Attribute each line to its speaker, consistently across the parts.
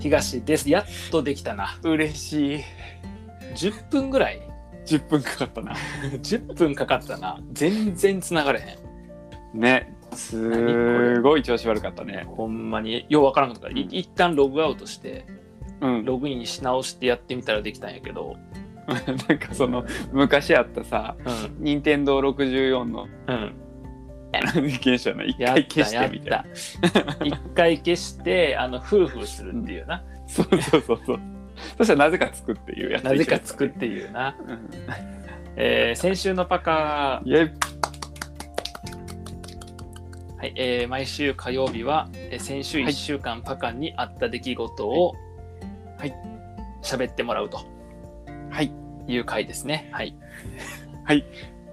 Speaker 1: 東です。やっとできたな。
Speaker 2: 嬉しい
Speaker 1: 10分ぐらい
Speaker 2: 10分かかったな
Speaker 1: ?10 分かかったな。全然繋がれへん。
Speaker 2: ねすごい調子悪かったね
Speaker 1: ほんまに、ようわからんかった。い
Speaker 2: うん
Speaker 1: 一旦ログアウトして、
Speaker 2: うん
Speaker 1: ログインし直してやってみたらできたんやけど。
Speaker 2: なんかその昔あったさ
Speaker 1: うん。
Speaker 2: 任天堂64の
Speaker 1: うん。
Speaker 2: 現象の一
Speaker 1: やった
Speaker 2: 回消してみたい
Speaker 1: や
Speaker 2: な
Speaker 1: った。一回消して、あの、フルフルするっていうな。
Speaker 2: そうそうそうそうそしたらなぜかつくっていうやつ
Speaker 1: なぜかつくっていうな。
Speaker 2: うん
Speaker 1: えー先週のパカ
Speaker 2: イエイ
Speaker 1: はいえー毎週火曜日は、えー先週
Speaker 2: は
Speaker 1: 1
Speaker 2: い
Speaker 1: 週間パカにあった出来事を
Speaker 2: はい
Speaker 1: 喋ってもらうと
Speaker 2: はい
Speaker 1: いう回ですね。はい、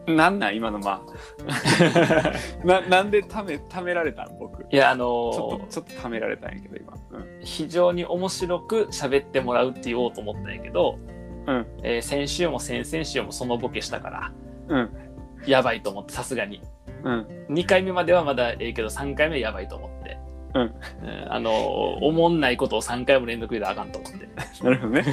Speaker 2: なんなん今のまあ ななんでためためられたん僕ち
Speaker 1: いやあの
Speaker 2: ょっ
Speaker 1: ー
Speaker 2: とちょっとためられたんやけど今うん
Speaker 1: 非常に面白く喋ってもらうって言おうと思ったんやけど、
Speaker 2: うん
Speaker 1: えー先週も先々週もそのボケしたから
Speaker 2: うん
Speaker 1: やばいと思ってさすがに
Speaker 2: うん
Speaker 1: 2回目まではまだええけど3回目やばいと思って、
Speaker 2: うん
Speaker 1: んあのーおもんないことを3回も連続であかんと思 って。
Speaker 2: なるほどね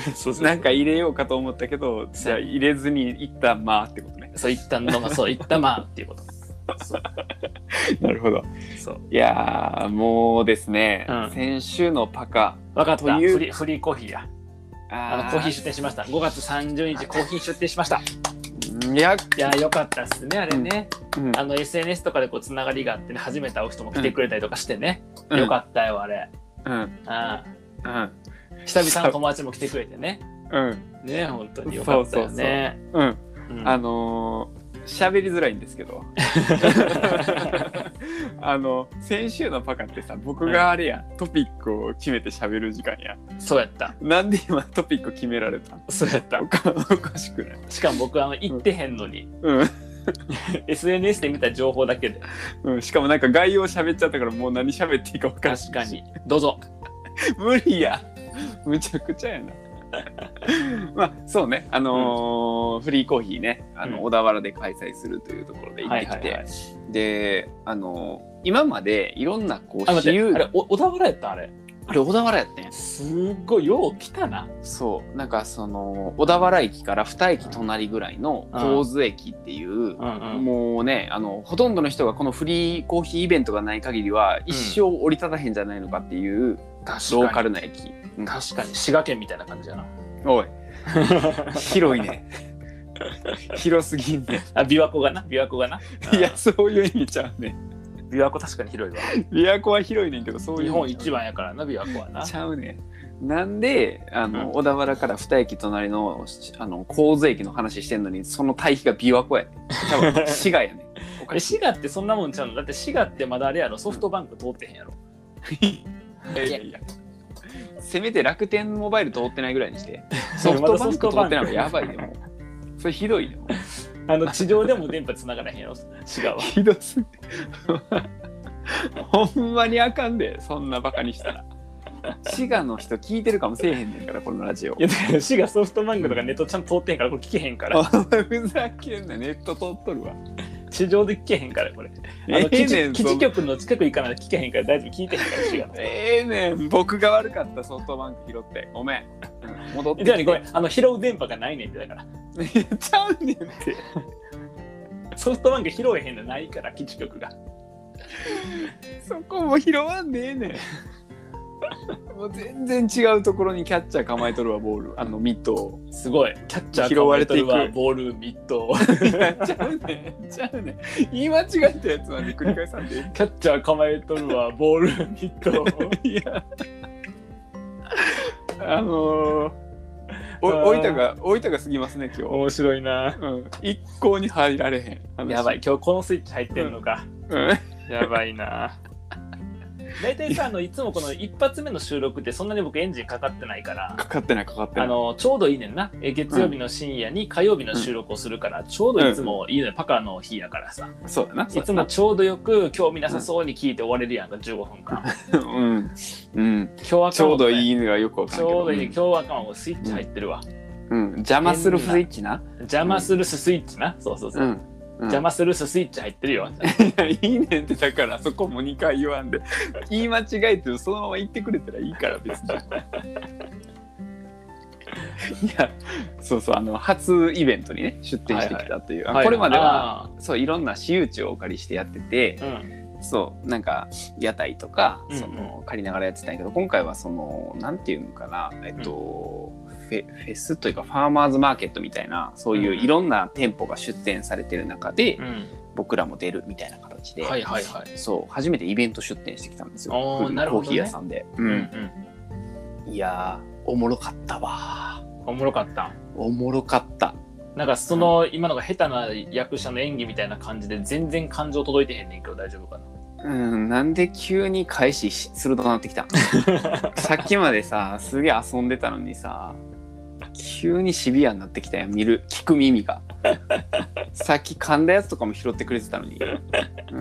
Speaker 2: なんか入れようかと思ったけどじゃあ入れずに一旦まあってことね
Speaker 1: そう一旦のまあそう一旦まあっていうこと。そう
Speaker 2: なるほど
Speaker 1: そう
Speaker 2: いやーもうですね、
Speaker 1: うん
Speaker 2: 先週のパカ
Speaker 1: 分かっ
Speaker 2: と
Speaker 1: た。
Speaker 2: いう
Speaker 1: フリーフリーコーヒーや。あのコーヒー出店しました。5月30日コーヒー出店しました。
Speaker 2: いや、
Speaker 1: いやーよかったですねあれね。
Speaker 2: うん
Speaker 1: あの SNS とかでこうつながりがあってね初めて会う人も来てくれたりとかしてね。よかったよあれ。
Speaker 2: うん
Speaker 1: あ
Speaker 2: うん
Speaker 1: あ久々の友達も来てくれてね。
Speaker 2: うん
Speaker 1: ね本当によかったよね。
Speaker 2: うん
Speaker 1: うん
Speaker 2: あのー喋りづらいんです けどあの先週のパカってさ僕があれや、トピックを決めて喋る時間や
Speaker 1: そうやった。
Speaker 2: なんで今トピック決められたん
Speaker 1: そうやった
Speaker 2: お。かおかしくない
Speaker 1: しかも僕あの行ってへんのに、
Speaker 2: うん
Speaker 1: SNS で見た情報だけで
Speaker 2: うん、しかもなんか概要喋っちゃったからもう何喋っていいか分からん
Speaker 1: 確かにどうぞ。
Speaker 2: 無理やむちゃくちゃやな まあそうねあのーフリーコーヒーねあの、
Speaker 1: うん
Speaker 2: 小田原で開催するというところで行ってきて、
Speaker 1: い。
Speaker 2: であのー今までいろんなこう
Speaker 1: あ待
Speaker 2: 私
Speaker 1: って
Speaker 2: 有
Speaker 1: あれお小田原やったあれ。
Speaker 2: あれ小田原やってん
Speaker 1: すっごいよう来たな。
Speaker 2: そうなんかその小田原駅から2駅隣ぐらいの神津駅っていう、
Speaker 1: ん
Speaker 2: もうねあのほとんどの人がこのフリーコーヒーイベントがない限りは一生降り立たへんじゃないのかっていうローカルな駅、うん
Speaker 1: 確かに滋賀県みたいな感じやな。
Speaker 2: おい広いね広すぎんね
Speaker 1: あ琵琶湖がな琵琶湖がな。うん
Speaker 2: いやそういう意味ちゃうね
Speaker 1: 琵琶湖確かに広いわ。
Speaker 2: 琵琶湖は広いねんけどそうい
Speaker 1: 日
Speaker 2: う
Speaker 1: 本
Speaker 2: 意味ち
Speaker 1: 一番やからな琵琶湖はな。
Speaker 2: ゃうちゃうねなんであの、
Speaker 1: うん
Speaker 2: 小田原から二駅隣のあの神津駅の話してんのにその対比が琵琶湖やね多分滋賀やね おか
Speaker 1: え
Speaker 2: しい
Speaker 1: 滋賀ってそんなもんちゃうのだって滋賀ってまだあれやろソフトバンク通ってへんやろ。
Speaker 2: いやいやいやせめて楽天モバイル通ってないぐらい にしてソ
Speaker 1: ソフト
Speaker 2: フトバ
Speaker 1: バ
Speaker 2: ン
Speaker 1: ン
Speaker 2: ク
Speaker 1: ク
Speaker 2: 通ってないのやばいでもうそれひどいよ
Speaker 1: あの地上でも電波繋がらへんやろ滋賀は。
Speaker 2: ひどすぎほんまにあかんでそんなバカにしたら滋賀の人聞いてるかもせえへんねんからこのラジオ
Speaker 1: いやだから滋賀ソフトバンクとかネットちゃんと通ってへんからこれ聞けへんから
Speaker 2: お前ふざけんなネット通っとるわ
Speaker 1: 地上で聞けへんからこれ。あ
Speaker 2: え
Speaker 1: の
Speaker 2: え
Speaker 1: 基
Speaker 2: ね
Speaker 1: 地
Speaker 2: ん
Speaker 1: 基
Speaker 2: そ
Speaker 1: 地
Speaker 2: ん
Speaker 1: 局の近く行かないと聞けへんから大丈夫聞いてへんから滋賀の人。
Speaker 2: ええねん僕が悪かったソフトバンク拾ってごめん、うん戻って
Speaker 1: じゃあねごめんあの拾う電波がないねんってだから
Speaker 2: めちゃうねんって
Speaker 1: ソフトバンク拾えへんのないから基地局が
Speaker 2: そこも拾わんでええねんもう全然違うところにキャッチャー構えとるわボールあのミットを
Speaker 1: すごいキャッチャー
Speaker 2: 拾われていく
Speaker 1: 構えとるわボールミット
Speaker 2: いや ちゃうねんちゃうねん言い間違ったやつまで繰り返さんでええ
Speaker 1: キャッチャー構えとる わボールミット
Speaker 2: い や、あのー、お
Speaker 1: あー
Speaker 2: おいたが、おいたが過ぎますね、今日。
Speaker 1: 面白いな
Speaker 2: うん、一向に入られへん。話
Speaker 1: やばい。今日このスイッチ入ってんのか、
Speaker 2: うん、
Speaker 1: やばいな大体さあのいつもこの一発目の収録ってそんなに僕エンジンかかってないから
Speaker 2: かかってない、かかってない。
Speaker 1: あのちょうどいいねんなえ月曜日の深夜に火曜日の収録をするから、ちょうどいつもいいのよパカの日やからさ
Speaker 2: そうだな。そう
Speaker 1: いつ
Speaker 2: だな
Speaker 1: もちょうどよく興味なさそうに聞いて終われるやんか15分間
Speaker 2: うん、うん、
Speaker 1: 今日は
Speaker 2: ちょうどい
Speaker 1: い。
Speaker 2: いのがよくわかん
Speaker 1: ち
Speaker 2: ない。
Speaker 1: ょうどいい。今日はかもスイッチ入ってるわ。
Speaker 2: うん、うん邪魔するスイッチな。
Speaker 1: 邪魔するスイッチな。そうそうそうう。
Speaker 2: ん、
Speaker 1: 邪魔するっすスイッチ入ってるよ。
Speaker 2: い やいいねんってだからそこも2回言わんで 言い間違えてそのまま言ってくれたらいいから別 にいやそうそうあの初イベントにね出店してきたという、あこれまでは
Speaker 1: あ
Speaker 2: そういろんな私有地をお借りしてやってて
Speaker 1: ー。うん。
Speaker 2: そうなんか屋台とか
Speaker 1: うんうん
Speaker 2: その借りながらやってたんやけど今回はそのなんていうのかなえっと、フェフェスというかファーマーズマーケットみたいなそういういろんな店舗が出店されてる中で、
Speaker 1: うん。
Speaker 2: 僕らも出るみたいな形で、
Speaker 1: はいはいはい。
Speaker 2: そう初めてイベント出店してきたんですよ
Speaker 1: あー
Speaker 2: うん
Speaker 1: なるほどね
Speaker 2: コーヒー屋さんで、
Speaker 1: う
Speaker 2: うん
Speaker 1: ん。
Speaker 2: いやーおもろかったわ
Speaker 1: おもろかった。
Speaker 2: おもろかった
Speaker 1: なんかその今のが下手な役者の演技みたいな感じで全然感情届いてへんねんけど大丈夫かな。
Speaker 2: うんなんで急に開始し鋭くなってき たさっきまでさすげえ遊んでたのにさ急にシビアになってきたよ見る聞く耳 がさっき噛んだやつとかも拾ってくれてたのに、う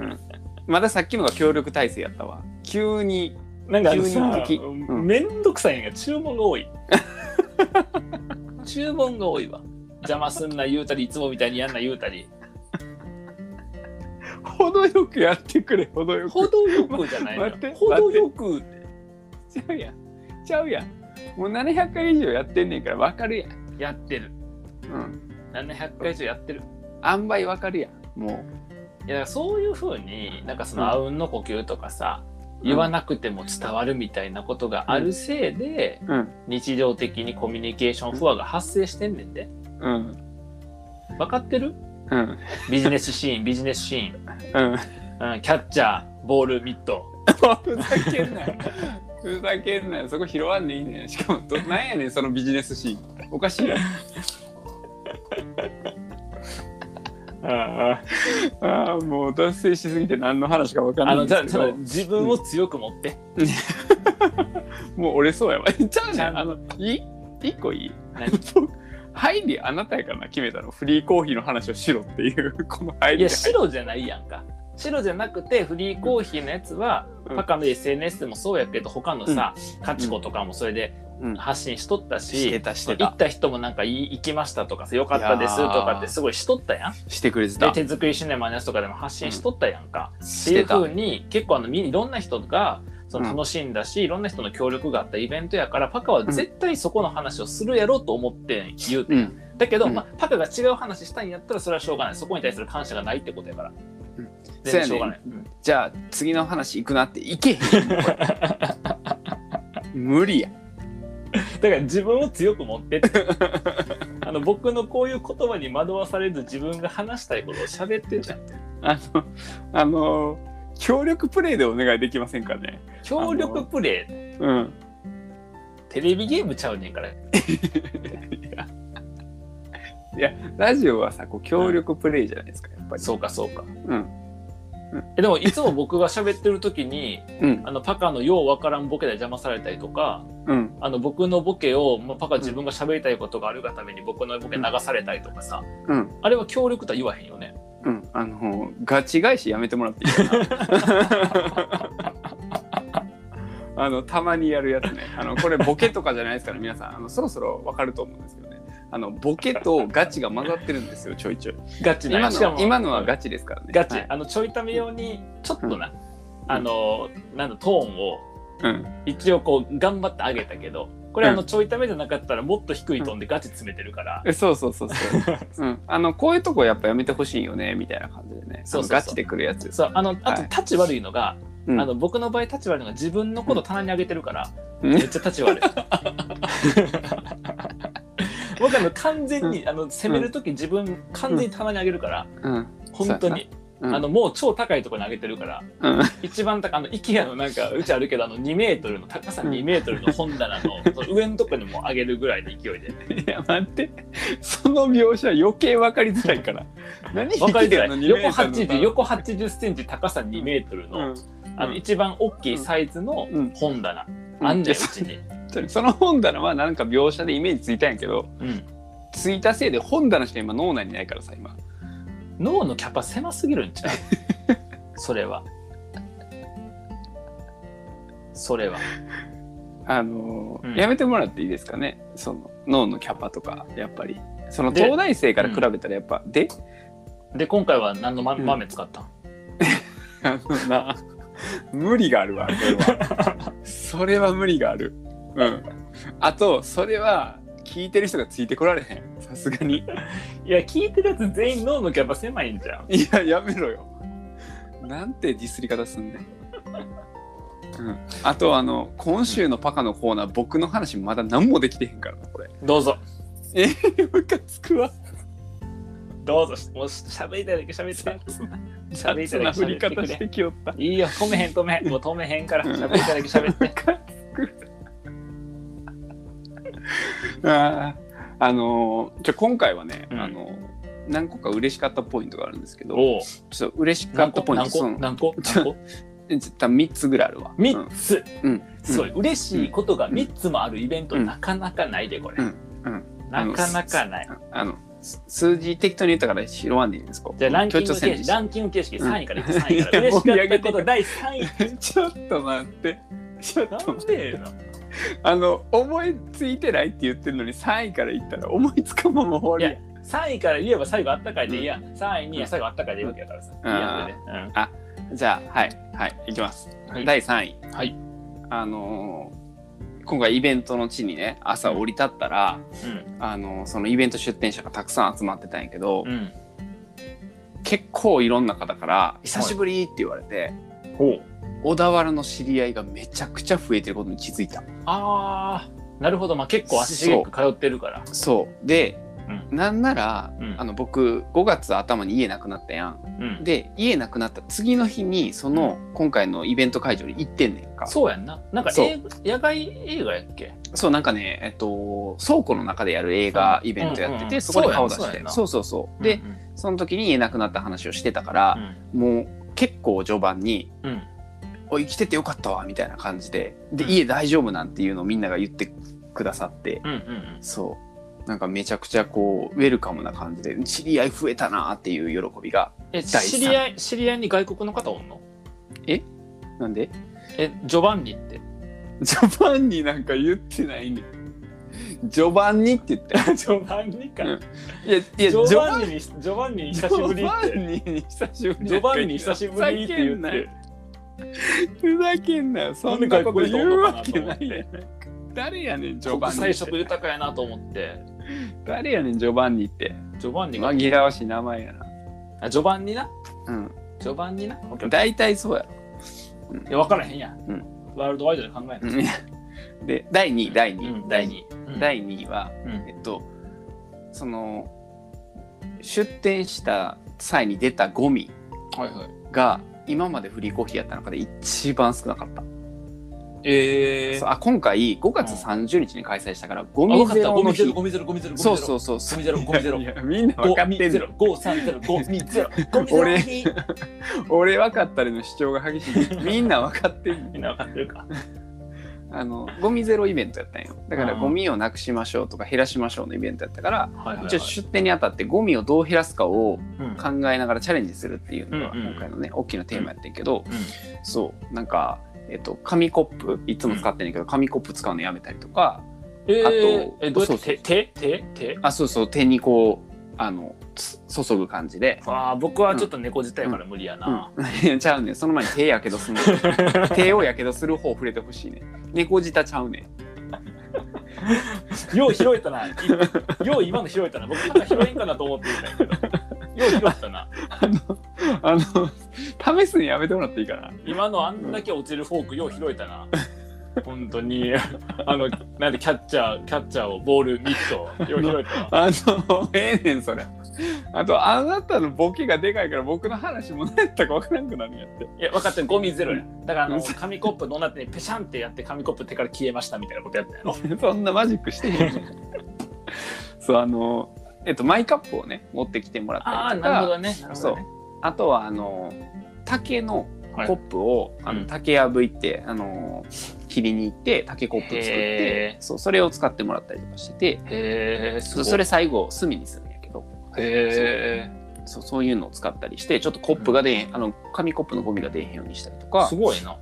Speaker 2: ん、まださっきのが協力体制やったわ急に
Speaker 1: なんかあの
Speaker 2: 急に
Speaker 1: さ
Speaker 2: 敵うん
Speaker 1: めんどくさいんやけど注文が多い 注文が多いわ邪魔すんな言うたりいつもみたいにやんな言うたり
Speaker 2: 程よくやってくれ程よく
Speaker 1: 程よくじゃないの よ
Speaker 2: 待って
Speaker 1: 程よく
Speaker 2: ちゃうやん。ちゃうやん。もう700回以上やってんねんから分かるやん。
Speaker 1: やってる
Speaker 2: うん。
Speaker 1: 700回以上やってる
Speaker 2: 塩梅分かるやん。も
Speaker 1: いやだからそういうふうになんかそうの
Speaker 2: ん
Speaker 1: あうんの呼吸とかさ
Speaker 2: う。
Speaker 1: 言わなくても伝わるみたいなことがあるせいで、
Speaker 2: うん
Speaker 1: 日常的にコミュニケーション不和が発生してんねんで
Speaker 2: うん。
Speaker 1: 分かってる
Speaker 2: うん。
Speaker 1: ビジネスシーンビジネスシーン、
Speaker 2: うん。
Speaker 1: うん、キャッチャーボールミット
Speaker 2: ふざけんなよ。ふざけんなよ。そこ拾わんでいいねん。しかもど、なんやねん、そのビジネスシーン。おかしいやん。 あーあー、もう脱線しすぎて何の話か分かんな
Speaker 1: あ
Speaker 2: い
Speaker 1: の
Speaker 2: んで
Speaker 1: た
Speaker 2: す
Speaker 1: だ
Speaker 2: け
Speaker 1: た
Speaker 2: ど
Speaker 1: だ自分を強く持って、
Speaker 2: もう俺そうやわ。 ちゃう
Speaker 1: ち
Speaker 2: ね。
Speaker 1: ゃうん
Speaker 2: あの、いい一個いい
Speaker 1: 何
Speaker 2: 僕 入りあなたやからな決めたのフリーコーヒーの話をしろっていう この入
Speaker 1: い
Speaker 2: り
Speaker 1: や白じゃないやんか白じゃなくてフリーコーヒーのやつは、
Speaker 2: うん
Speaker 1: パカの SNS でもそうやけど他のさ、カチコとかもそれで
Speaker 2: うん
Speaker 1: 発信しとったし、
Speaker 2: してたしてた
Speaker 1: 行った人もなんかい行きましたとかさよかったですとかってすごいしとったやん
Speaker 2: してくれて
Speaker 1: で
Speaker 2: た
Speaker 1: 手作りシネマのやつとかでも発信しとったやんか、って
Speaker 2: し
Speaker 1: いう
Speaker 2: てた
Speaker 1: ふうに結構あのみいろんな人がその
Speaker 2: うん
Speaker 1: 楽しんだし、いろんな人の協力があったイベントやからパカは絶対そこの話をするやろうと思って言うてん
Speaker 2: うん
Speaker 1: だけど、
Speaker 2: うん
Speaker 1: まあ、パカが違う話したいんやったらそれはしょうがないそこに対する感謝がないってことやから、
Speaker 2: うん
Speaker 1: 全然しょうがない、うん
Speaker 2: じゃあ次の話行くなって行けへ んもんこれ無理や
Speaker 1: だから自分を強く持ってって あの僕のこういう言葉に惑わされず自分が話したいことを喋ってじゃん
Speaker 2: あのあの協力プレイでお願いできませんかね
Speaker 1: 協力プレイ
Speaker 2: うん
Speaker 1: テレビゲームちゃうねんから
Speaker 2: ラジオはさこう協力プレイじゃないですかやっぱり
Speaker 1: そうかそうか
Speaker 2: うん
Speaker 1: えでもいつも僕が喋ってる時に
Speaker 2: うん
Speaker 1: あのパカのようわからんボケで邪魔されたりとか
Speaker 2: うん
Speaker 1: あの僕のボケを、まあ、パカ自分が喋りたいことがあるがために僕のボケ流されたりとかさ
Speaker 2: うん
Speaker 1: あれは協力とは言わへんよね
Speaker 2: うんあのガチ返しやめてもらっていいか なあのたまにやるやつねあのこれボケとかじゃないですから皆さんあのそろそろわかると思うんですけどねあのボケとガチが混ざってるんですよちょいちょい
Speaker 1: ガチな
Speaker 2: 今
Speaker 1: しか
Speaker 2: の
Speaker 1: も
Speaker 2: 今のはガチですからね
Speaker 1: ガチ、
Speaker 2: はい
Speaker 1: あのちょいため用にちょっとな、あのなんだトーンを
Speaker 2: うん
Speaker 1: 一応こう頑張って上げたけどこれ
Speaker 2: うん
Speaker 1: あのちょいためじゃなかったらもっと低いトーンでガチ詰めてるから、
Speaker 2: えそうそうそ うそう、うん、あのこういうとこやっぱやめてほしいよねみたいな感じでね
Speaker 1: そうそうそう
Speaker 2: あのガチでくるやつです、
Speaker 1: そうあのあと
Speaker 2: はい
Speaker 1: 立ち悪いのが、
Speaker 2: うん
Speaker 1: あの僕の場合立ち悪いのが自分のこと棚に上げてるから、
Speaker 2: うん
Speaker 1: めっちゃ立ち 悪い僕あの完全にあの攻める時自分完全に棚に上げるから
Speaker 2: うん
Speaker 1: 本当に、
Speaker 2: うん
Speaker 1: あのもう超高いところに上げてるから
Speaker 2: うん
Speaker 1: 一番高いあの IKEA のなんかうちあるけどあの2メートルの高さ2メートルの本棚のその上のとこにも上げるぐらいの勢い で
Speaker 2: いや待ってその描写余計分かりづらいから 何
Speaker 1: 分かりづら
Speaker 2: 生
Speaker 1: い
Speaker 2: きてん
Speaker 1: 横80横
Speaker 2: の
Speaker 1: 80センチ高さ2メートルの,、あの一番大きいサイズの
Speaker 2: うん
Speaker 1: 本棚、
Speaker 2: うん
Speaker 1: あんねんうちに、
Speaker 2: うんその本棚はなんか描写でイメージついたんやけど
Speaker 1: うん
Speaker 2: ついたせいで本棚しか今脳内にないからさ今
Speaker 1: 脳のキャパ狭すぎるんちゃうそれはそれは
Speaker 2: あのー
Speaker 1: うん
Speaker 2: やめてもらっていいですかねその脳のキャパとかやっぱりその
Speaker 1: で
Speaker 2: 東大生から比べたらやっぱで
Speaker 1: で今回は何のま
Speaker 2: うん
Speaker 1: 豆使ったん、
Speaker 2: あのな 無理があるわこれは それは無理があるうんあとそれは聞いてる人がついてこられへんさすがに
Speaker 1: いや聞いてるやつ全員脳のキャパ狭いんじゃん
Speaker 2: いややめろよなんてディスり方すんねんうん、あとあの今週のパカのコーナー僕の話まだ何もできてへんから なこれ
Speaker 1: どうぞ
Speaker 2: ムカつくわ
Speaker 1: どうぞもう喋りたいだけ喋って喋り
Speaker 2: 雑
Speaker 1: たいだ
Speaker 2: な
Speaker 1: け
Speaker 2: 振
Speaker 1: 喋
Speaker 2: り
Speaker 1: って
Speaker 2: 方
Speaker 1: く
Speaker 2: し
Speaker 1: れ
Speaker 2: てきよった
Speaker 1: いいよ止めへん止めへんもう止めへんから
Speaker 2: うん
Speaker 1: 喋りたいだけ喋って
Speaker 2: あーあのーじゃあ今回はね、
Speaker 1: うん
Speaker 2: あのー何個か嬉しかったポイントがあるんですけど
Speaker 1: おお
Speaker 2: ちょっと嬉しか
Speaker 1: 何
Speaker 2: った
Speaker 1: 個
Speaker 2: ポイン
Speaker 1: 何
Speaker 2: トそ
Speaker 1: 個
Speaker 2: の
Speaker 1: 何個何個
Speaker 2: 絶対3つぐらいあるわう
Speaker 1: 3
Speaker 2: ん
Speaker 1: つ、
Speaker 2: うん
Speaker 1: すごい嬉しいことが
Speaker 2: うん
Speaker 1: 3つもあるイベント、
Speaker 2: うん
Speaker 1: なかなかないでこれ、
Speaker 2: うんうん
Speaker 1: なかなかない
Speaker 2: あのす数字適当に言ったから拾わんでいいんですか
Speaker 1: じゃあランキング
Speaker 2: 協調せん
Speaker 1: 形
Speaker 2: で
Speaker 1: 式
Speaker 2: し
Speaker 1: ランキング形式
Speaker 2: うん
Speaker 1: 3位からいく3位から
Speaker 2: いや
Speaker 1: 嬉しかったこ
Speaker 2: 盛り上げて
Speaker 1: と第3位
Speaker 2: ちょっと待ってちょっと
Speaker 1: なん
Speaker 2: 待って
Speaker 1: でな
Speaker 2: あの思いついてないって言ってるのに3位から言ったら思いつかんまま終わりや
Speaker 1: 3位から言えば最後あったかいでいいやん3位に
Speaker 2: う
Speaker 1: は
Speaker 2: ん
Speaker 1: 最後あったかいでいいわけやからさ、
Speaker 2: うん
Speaker 1: いいやんそれで
Speaker 2: じゃあはいはいいきます、
Speaker 1: はい
Speaker 2: 第3位
Speaker 1: うんはい、
Speaker 2: あのー今回イベントの地にね朝降り立ったら、
Speaker 1: うん
Speaker 2: あのーそのイベント出店者がたくさん集まってたんやけど、
Speaker 1: うん、
Speaker 2: 結構いろんな方から「久しぶり!」って言われて、
Speaker 1: ほう
Speaker 2: 小田原の知り合いがめちゃくちゃ増えてることに気づいた
Speaker 1: あーなるほど、まあ、結構足しげく通ってるから
Speaker 2: そうで、
Speaker 1: う
Speaker 2: なんなら、
Speaker 1: うん
Speaker 2: あの僕5月頭に家なくなったやん
Speaker 1: うん
Speaker 2: で家なくなった次の日にその今回のイベント会場に行ってんねんか
Speaker 1: そうやんななんか
Speaker 2: そう
Speaker 1: 映画野外映画やっけ
Speaker 2: そうなんかね、えっと、倉庫の中でやる映画イベントやってて、
Speaker 1: うんうん
Speaker 2: そこで顔出
Speaker 1: そう
Speaker 2: し
Speaker 1: や
Speaker 2: て
Speaker 1: んな
Speaker 2: そうそうそうで、その時に家なくなった話をしてたから、もう結構序盤に
Speaker 1: うんうんうん
Speaker 2: 「おい生きててよかったわ」みたいな感じで「で
Speaker 1: うん
Speaker 2: 家大丈夫」なんていうのをみんなが言ってくださって、
Speaker 1: うんうん
Speaker 2: そう。なんかめちゃくちゃこう、ウェルカムな感じで、知り合い増えたなっていう喜びが。
Speaker 1: え
Speaker 2: 第
Speaker 1: 知り合い知り合いに外国の方おんの
Speaker 2: なんで
Speaker 1: えジョバンニって
Speaker 2: ジョバンニなんか言ってないねん。ジョバンニって言っ て。
Speaker 1: ジョバンニか。
Speaker 2: うんいや、いや、
Speaker 1: ジョバ
Speaker 2: ニ
Speaker 1: ンニに、ジョバンニに久しぶりって。
Speaker 2: ジョバンニに久しぶり。
Speaker 1: ジョバンニに久しぶりって言って。
Speaker 2: ふざけんなよ。そんなこと言うわけないやん。誰やねん、ジョバ
Speaker 1: 国
Speaker 2: ンニ
Speaker 1: 際
Speaker 2: っ
Speaker 1: 色
Speaker 2: て。
Speaker 1: 豊かやなと思って。
Speaker 2: 誰やねん、ジョバンニって。
Speaker 1: ジョバンニが。
Speaker 2: 紛らわしい名前やな。
Speaker 1: あ、ジョバンニな。
Speaker 2: うん。
Speaker 1: ジョバンニな。オッケーオッケ
Speaker 2: 大体そうやろ。
Speaker 1: ーいや、分からへんやん。
Speaker 2: う
Speaker 1: ワールドワイドで考えない。
Speaker 2: うんで、第2位、第
Speaker 1: う
Speaker 2: 2
Speaker 1: ん第
Speaker 2: 位、第2位。
Speaker 1: 二。うん
Speaker 2: 第2位は、
Speaker 1: うん
Speaker 2: えっとその出店した際に出たゴミ
Speaker 1: はいはい。
Speaker 2: が今までフリーコーヒーやった中で一番少なかった、
Speaker 1: ええ。
Speaker 2: そう
Speaker 1: あ、
Speaker 2: あ今回5月30日に開催したから、ゴ
Speaker 1: 分
Speaker 2: ミ
Speaker 1: かっ
Speaker 2: ゼ
Speaker 1: た。
Speaker 2: ロ
Speaker 1: ゴ
Speaker 2: の
Speaker 1: ミゼ
Speaker 2: 日
Speaker 1: ロ、ゴミゼロ、ゴミゼロ。。
Speaker 2: そうそううそうそ
Speaker 1: ゴミゼロ、ゴミゼロ
Speaker 2: うい。や みんな分か
Speaker 1: ゴ
Speaker 2: っ
Speaker 1: ミ
Speaker 2: てん
Speaker 1: ゼ
Speaker 2: の
Speaker 1: ロ、ゴー三ゼロ、ゴミ ゼロ。ゴミゼロの日。
Speaker 2: 俺分かったりの主張が 激しいみんな分かってんの
Speaker 1: みんな分かってるか。
Speaker 2: あのゴミゼロイベントやったんよだから
Speaker 1: うん
Speaker 2: ゴミをなくしましょうとか減らしましょうのイベントやったから
Speaker 1: はいはいはい
Speaker 2: 一応出店にあたってゴミをどう減らすかを
Speaker 1: うん
Speaker 2: 考えながらチャレンジするっていうのが
Speaker 1: うんうん
Speaker 2: 今回のね、大きなテーマやってんけど、そうなんか、えっと、紙コップいつも使ってんねんけど、紙コップ使うのやめたりとか
Speaker 1: え
Speaker 2: あ
Speaker 1: ー
Speaker 2: と
Speaker 1: え、どうやって
Speaker 2: そうそう
Speaker 1: 手、手、手、手
Speaker 2: あそうそう手にこうあのつ注ぐ感じで。
Speaker 1: ああ、僕はちょっと猫自体から無理や
Speaker 2: う
Speaker 1: な。
Speaker 2: ん、ち ゃうねんその前に手やけどすんの 手をやけどする方触れてほしいねん猫舌ちゃうねん
Speaker 1: よう拾えたな。いよう今の拾えたな。僕なんか拾えんかなと思っていたんやけど。よう拾ったな。
Speaker 2: あのあの試すのやめてもらっていいかな
Speaker 1: 今のあんだけ落ちるフォークよう拾えたな。本当に。あの、なんでキャッチャー、キャッチャーをボールミットよう拾えたな。
Speaker 2: あの ええねんそれあとあなたのボケがでかいから僕の話も何やったか分からんくなるんやって
Speaker 1: いや、分かってる。ゴミゼロや。だからあの、
Speaker 2: 嘘
Speaker 1: 紙コップのなってペシャンってやって紙コップ手から消えましたみたいなことやったやろ。
Speaker 2: そんなマジックして へんねんそうあのえっとマイカップをね持ってきてもら
Speaker 1: あ
Speaker 2: った
Speaker 1: あ、
Speaker 2: りと
Speaker 1: なる
Speaker 2: か
Speaker 1: ほ
Speaker 2: あ
Speaker 1: どね。なるほ
Speaker 2: そ
Speaker 1: ど
Speaker 2: う
Speaker 1: ね。
Speaker 2: とはあの竹のコ
Speaker 1: はい
Speaker 2: ップを、あ
Speaker 1: うん
Speaker 2: の竹やぶいて、あの切りに行って竹コップ作っ
Speaker 1: へ
Speaker 2: てそうそれを使ってもらったりとかしてて
Speaker 1: へえ、す
Speaker 2: そ
Speaker 1: ご
Speaker 2: う
Speaker 1: い
Speaker 2: それ最後炭にするんやけど
Speaker 1: へ
Speaker 2: そうそういうのを使ったりしてちょっとコップが出えへん、あの紙コップのゴミが出えへんようにしたりと
Speaker 1: え、
Speaker 2: か
Speaker 1: すごいな。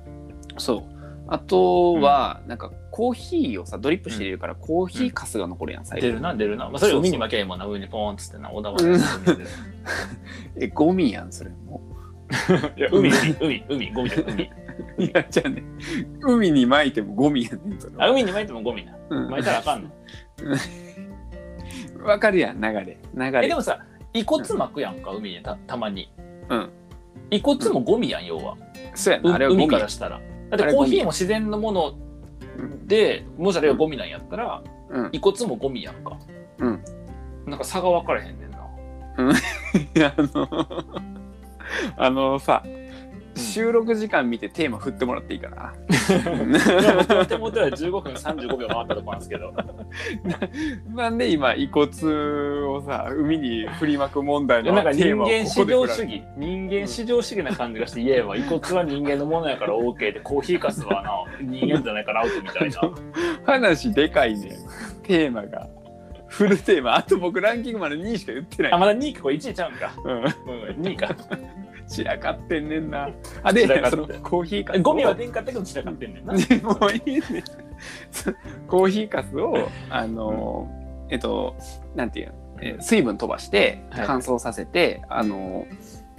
Speaker 2: そうあとは、なんかコーヒーをさドリップして入れるから、コーヒーかすが残るやん最
Speaker 1: 出
Speaker 2: 後
Speaker 1: るな出るな、まあ、それ
Speaker 2: そうそう
Speaker 1: 海に負けへんもんな上にポーンっつってな小田原の海で
Speaker 2: えゴミやんそれも
Speaker 1: いや海海海海ゴミだ海
Speaker 2: ういやじゃあね海に撒いてもゴミやねんそれ
Speaker 1: あ
Speaker 2: は、
Speaker 1: 海に巻いてもゴミな
Speaker 2: うん
Speaker 1: 巻いたらあか んの
Speaker 2: わかるやん流れ流
Speaker 1: え
Speaker 2: れ
Speaker 1: でもさ遺骨巻くやんか海にたたまに
Speaker 2: うん
Speaker 1: 遺骨もゴミやん要は
Speaker 2: そうや
Speaker 1: う
Speaker 2: なあれはゴ
Speaker 1: 海
Speaker 2: ミ
Speaker 1: か
Speaker 2: や
Speaker 1: らしたらだ
Speaker 2: あ
Speaker 1: って
Speaker 2: れ
Speaker 1: コ
Speaker 2: ゴ
Speaker 1: ー
Speaker 2: ミ
Speaker 1: ヒーも自然のものでもしあれがゴミなんやったら
Speaker 2: うん
Speaker 1: 遺骨もゴミやんか
Speaker 2: うん
Speaker 1: なんか差が分からへんねんな
Speaker 2: あのあのさ収録時間見てテーマ振ってもらっていいかな
Speaker 1: 僕の手元は15分35秒回ったとこなんです けど
Speaker 2: なんで今遺骨をさ海に振りまく問題
Speaker 1: で
Speaker 2: の
Speaker 1: なんか
Speaker 2: テ
Speaker 1: 人
Speaker 2: ーマをこ
Speaker 1: 間
Speaker 2: こ
Speaker 1: 至
Speaker 2: で振
Speaker 1: 上
Speaker 2: ら
Speaker 1: 主
Speaker 2: れ
Speaker 1: 義人間至上主義な感じがして言えば遺骨は人間のものやから OK でコーヒーかすはな人間じゃないからアウトみた いな
Speaker 2: 話でかいねテーマがフルテーマあと僕ランキングまで2位しか言ってな
Speaker 1: あ
Speaker 2: い、
Speaker 1: まだ2位かこれ1位ちゃうんか、
Speaker 2: う
Speaker 1: うん、2位か
Speaker 2: ん、散らかってんねんなあ
Speaker 1: 散ら
Speaker 2: で
Speaker 1: かっ
Speaker 2: そ
Speaker 1: て
Speaker 2: のコーヒーか
Speaker 1: ゴミは出んか ったけど散らかってんねんな
Speaker 2: でもういいねそコーヒーかすをあのえっとなんていうのえー水分飛ばして
Speaker 1: はい
Speaker 2: 乾燥させて、あの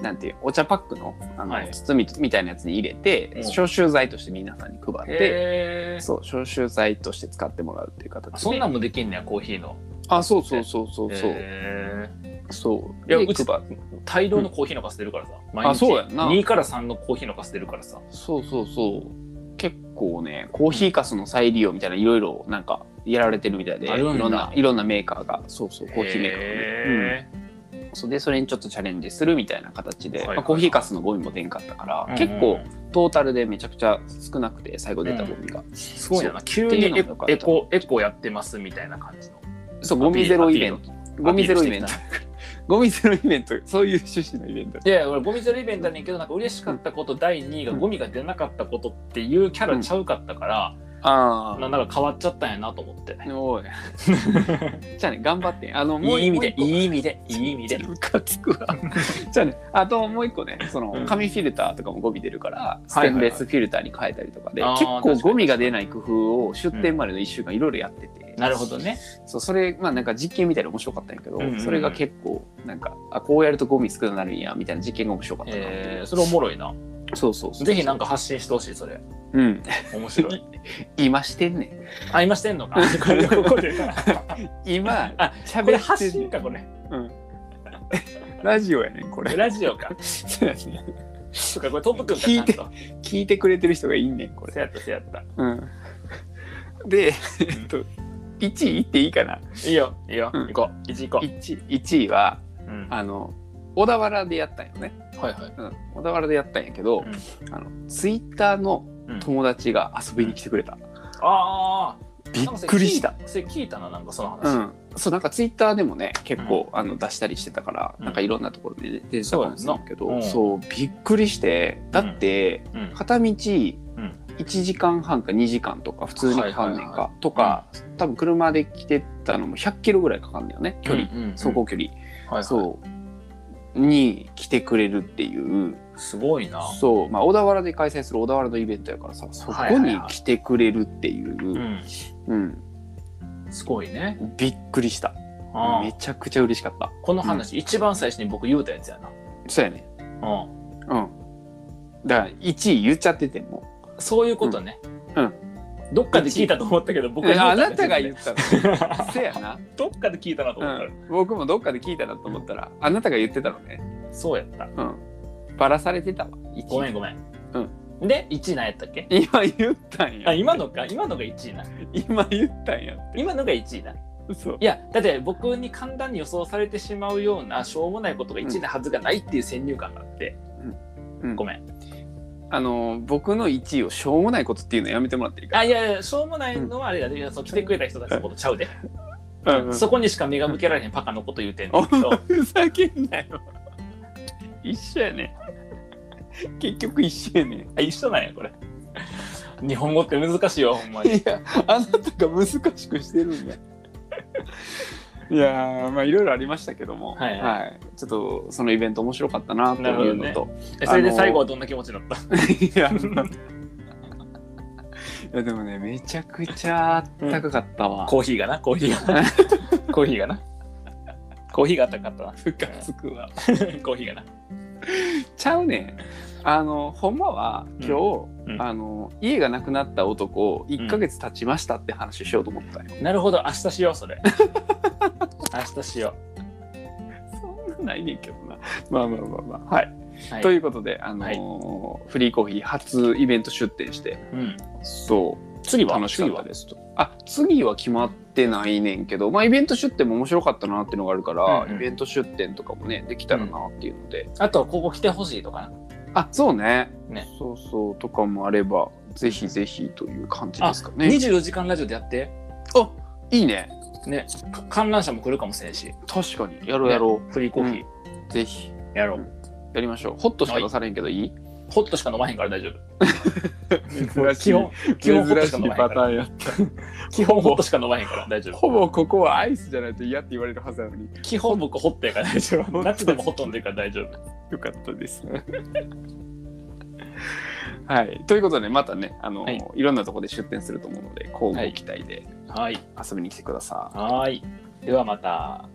Speaker 2: なんていうお茶パックのあの、
Speaker 1: はい
Speaker 2: 包みみたいなやつに入れて、
Speaker 1: うん
Speaker 2: 消臭剤として皆さんに配って、
Speaker 1: へー
Speaker 2: そう消臭剤として使ってもらうっていう形で
Speaker 1: そんなんもできんねやコーヒーの
Speaker 2: あそうそうそうそうそう、
Speaker 1: へ
Speaker 2: そう
Speaker 1: いや
Speaker 2: で
Speaker 1: うち
Speaker 2: 配
Speaker 1: ー大量のコーヒーのカス出るからさ、毎
Speaker 2: あそうやんな
Speaker 1: 2から3のコーヒーのカス出るからさ
Speaker 2: そうそうそう結構ねコーヒーかすの再利用みたいないろいろなんかやられてるみたいでい
Speaker 1: あるんだ
Speaker 2: ろんないろんなメーカーがそうそうコーヒーメーカーがね、
Speaker 1: へ
Speaker 2: うん、そうでそれにちょっとチャレンジするみたいな形で、
Speaker 1: はいはいはい
Speaker 2: まあコーヒーかすのゴミも出んかったから、
Speaker 1: ー
Speaker 2: 結構トータルでめちゃくちゃ少なくて最後出たゴミが、
Speaker 1: すごいな急
Speaker 2: って
Speaker 1: に
Speaker 2: いうのも
Speaker 1: エ
Speaker 2: よか
Speaker 1: コ
Speaker 2: った
Speaker 1: エコエコやってますみたいな感じの
Speaker 2: そうゴミゼロイベン
Speaker 1: アピ
Speaker 2: ト
Speaker 1: ル
Speaker 2: ゴミゼロイベン
Speaker 1: ア
Speaker 2: ト
Speaker 1: ピ
Speaker 2: ゴミゼロイベントそういう趣旨のイベント
Speaker 1: いやいや俺ゴミゼロイベントやねんけどなんか嬉しかったこと第2位が
Speaker 2: うん
Speaker 1: ゴミが出なかったことっていうキャラちゃうかったから、
Speaker 2: あ
Speaker 1: ななんか変わっちゃったんやなと思って
Speaker 2: あおい じゃあね頑張ってあの
Speaker 1: いい意味で
Speaker 2: もう一個
Speaker 1: いい意味でいい意味で
Speaker 2: ムカつくわじゃあねあともう一個ねそうの
Speaker 1: ん
Speaker 2: 紙フィルターとかもゴミ出るからス
Speaker 1: はいはい
Speaker 2: テンレスフィルターに変えたりとかで、
Speaker 1: あー
Speaker 2: 結構ゴミが出ない工夫を出店までの1週間いろいろやってて、
Speaker 1: なるほどね
Speaker 2: そうそれまあなんか実験みたいなの面白かったんやけど、
Speaker 1: うんうんうん
Speaker 2: それが結構なんかあこうやるとゴミ少なくなるんやみたいな実験が面白かったな、
Speaker 1: えー、それおもろいな
Speaker 2: そうそうそう
Speaker 1: ぜひなんか発信してほしいそれ
Speaker 2: うん
Speaker 1: 面白 い
Speaker 2: 今してんねん
Speaker 1: あ今してんの かこれここで
Speaker 2: 今
Speaker 1: あ これ
Speaker 2: 喋
Speaker 1: 発
Speaker 2: ってんね
Speaker 1: 信
Speaker 2: ん
Speaker 1: かこ れ
Speaker 2: ラジオやねんこ れ
Speaker 1: ラジオか
Speaker 2: そうやねん
Speaker 1: そっかこれトップくんか
Speaker 2: 聞いて
Speaker 1: ちゃんと
Speaker 2: 聞いてくれてる人がいいねんこれ
Speaker 1: せやったせやった
Speaker 2: うんで、えっと、1位いっていいかない
Speaker 1: いよいいよ、
Speaker 2: うん
Speaker 1: 行こう一行こ
Speaker 2: 1, 1位は
Speaker 1: う、うん、
Speaker 2: あの小田原でやったんよね、
Speaker 1: はいはい
Speaker 2: うん、小田原でやったんやけど、あのツイッターの
Speaker 1: うん
Speaker 2: 友達が遊びに来てくれた、
Speaker 1: ああ
Speaker 2: びっくりした
Speaker 1: それ聞いたななんかその
Speaker 2: う
Speaker 1: 話、
Speaker 2: ん、そうなんかツイッターでもね結構、あの出したりしてたから、
Speaker 1: うん
Speaker 2: なんかいろんなところでね出てたかもしれんけど、
Speaker 1: そうやんなうん
Speaker 2: そうびっくりしてだって、
Speaker 1: うん
Speaker 2: 片道1時間半か2時間とか普通にかかんねんか、
Speaker 1: はいはいは
Speaker 2: とか、多分車で来てたのも100キロぐらいかかんねんよね距離、
Speaker 1: うんうんうん
Speaker 2: 走行距離、
Speaker 1: はいはい
Speaker 2: そうに来てくれるっていう
Speaker 1: すごいな
Speaker 2: そう、まあ、小田原で開催する小田原のイベントやからさそ
Speaker 1: はい
Speaker 2: こ
Speaker 1: はい
Speaker 2: に
Speaker 1: はい
Speaker 2: 来てくれるっていう、
Speaker 1: うん
Speaker 2: うん
Speaker 1: すごいね
Speaker 2: びっくりした
Speaker 1: あ
Speaker 2: め
Speaker 1: ー
Speaker 2: ちゃくちゃ嬉しかった
Speaker 1: この話、一番最初に僕言うたやつやな
Speaker 2: そうやね
Speaker 1: うん
Speaker 2: うんだから1位言っちゃってても
Speaker 1: そういうことね
Speaker 2: うんう
Speaker 1: どっかで聞いたと思ったけど僕
Speaker 2: う
Speaker 1: は言う
Speaker 2: ああ
Speaker 1: やつ
Speaker 2: なたが言った のせやな、
Speaker 1: どっかで聞いたなと
Speaker 2: う
Speaker 1: 思ったら、
Speaker 2: ん、僕もどっかで聞いたなと思ったらあなたが言ってたのね
Speaker 1: そうやった
Speaker 2: うんバラされてたわ
Speaker 1: ごめん
Speaker 2: 1位
Speaker 1: ごめん、で1位何やったっけ
Speaker 2: 今言ったんや
Speaker 1: あ今のか今のが1位な
Speaker 2: 今言ったんや
Speaker 1: 今のが1位な
Speaker 2: そう
Speaker 1: いやだって僕に簡単に予想されてしまうようなしょうもないことが1位なはずがないっていう先入観があって、
Speaker 2: うん
Speaker 1: ごめん
Speaker 2: あの僕の1位をしょうもないことっていうのやめてもらっていいか
Speaker 1: あいやいやしょうもないのはあれだね、そう来てくれた人たちのことちゃうで、
Speaker 2: な、うん
Speaker 1: そこにしか目が向けられへんパカのこと言うてんねんけど
Speaker 2: ふざけんなよ一緒やね結局一緒やねい
Speaker 1: あ一緒なんやこれ日本語って難しいよほんまに
Speaker 2: やあなたが難しくしてるんだいやーまあいろいろありましたけども、
Speaker 1: はい
Speaker 2: ちょっとそのイベント面白かったなと いうのと、
Speaker 1: えそれで最後はどんな気持ちだった、
Speaker 2: いやいやでもねめちゃくちゃあったかかったわ、
Speaker 1: コーヒーがな、コーヒーがな。コーヒーがな。コーヒーがあったかったな。
Speaker 2: ムカつくわ
Speaker 1: コーヒーがな。
Speaker 2: ちゃうねんあのほんまは今日、
Speaker 1: うんうん
Speaker 2: あの家がなくなった男1ヶ月経ちましたって話しようと思ったよ、
Speaker 1: なるほど、明日しよう、そ れ。明日しよ
Speaker 2: そんなないねんけどなまあまあまあまあはい、
Speaker 1: う。は。
Speaker 2: といううことであのーフリーコーヒー初イベント出店して
Speaker 1: うん、
Speaker 2: そう
Speaker 1: 次は
Speaker 2: 楽しか
Speaker 1: 次
Speaker 2: った
Speaker 1: は
Speaker 2: ですとあ次は決まってないねんけどまあイベント出店も面白かったなっていうのがあるから、
Speaker 1: うんうん
Speaker 2: イベント出店とかもねできたらなっていうので、
Speaker 1: あと、ここ来てほしいとかな。
Speaker 2: あそうね
Speaker 1: ね
Speaker 2: そうそうとかもあればぜひぜひという感じ
Speaker 1: あ、
Speaker 2: ですかね
Speaker 1: 24時間ラジオでやって。
Speaker 2: あいいね
Speaker 1: ね。か観覧車も来るかもしれんし。
Speaker 2: 確かにやろうやろ
Speaker 1: フリーコーヒー。
Speaker 2: う、ぜひ
Speaker 1: やろ
Speaker 2: う。
Speaker 1: うん
Speaker 2: やりましょうホットしか出されへんけどいい
Speaker 1: ホットしか飲まへんから大丈
Speaker 2: 珍
Speaker 1: 夫。
Speaker 2: しい
Speaker 1: 基本、基本ホットしか飲まへんから。
Speaker 2: ーンや
Speaker 1: 基本ホットしか飲まへんから大 丈夫。
Speaker 2: ほぼここはアイスじゃないと嫌って言われるはずなのに
Speaker 1: 基本僕ホットやから大丈夫。夏でもホット飲んでるから大丈夫。
Speaker 2: よかったです はいということでまたねあの、
Speaker 1: はい
Speaker 2: い、ろんなとこで出店すると思うので交互期待で
Speaker 1: はい。
Speaker 2: 遊びに来てください
Speaker 1: はい。ではまた。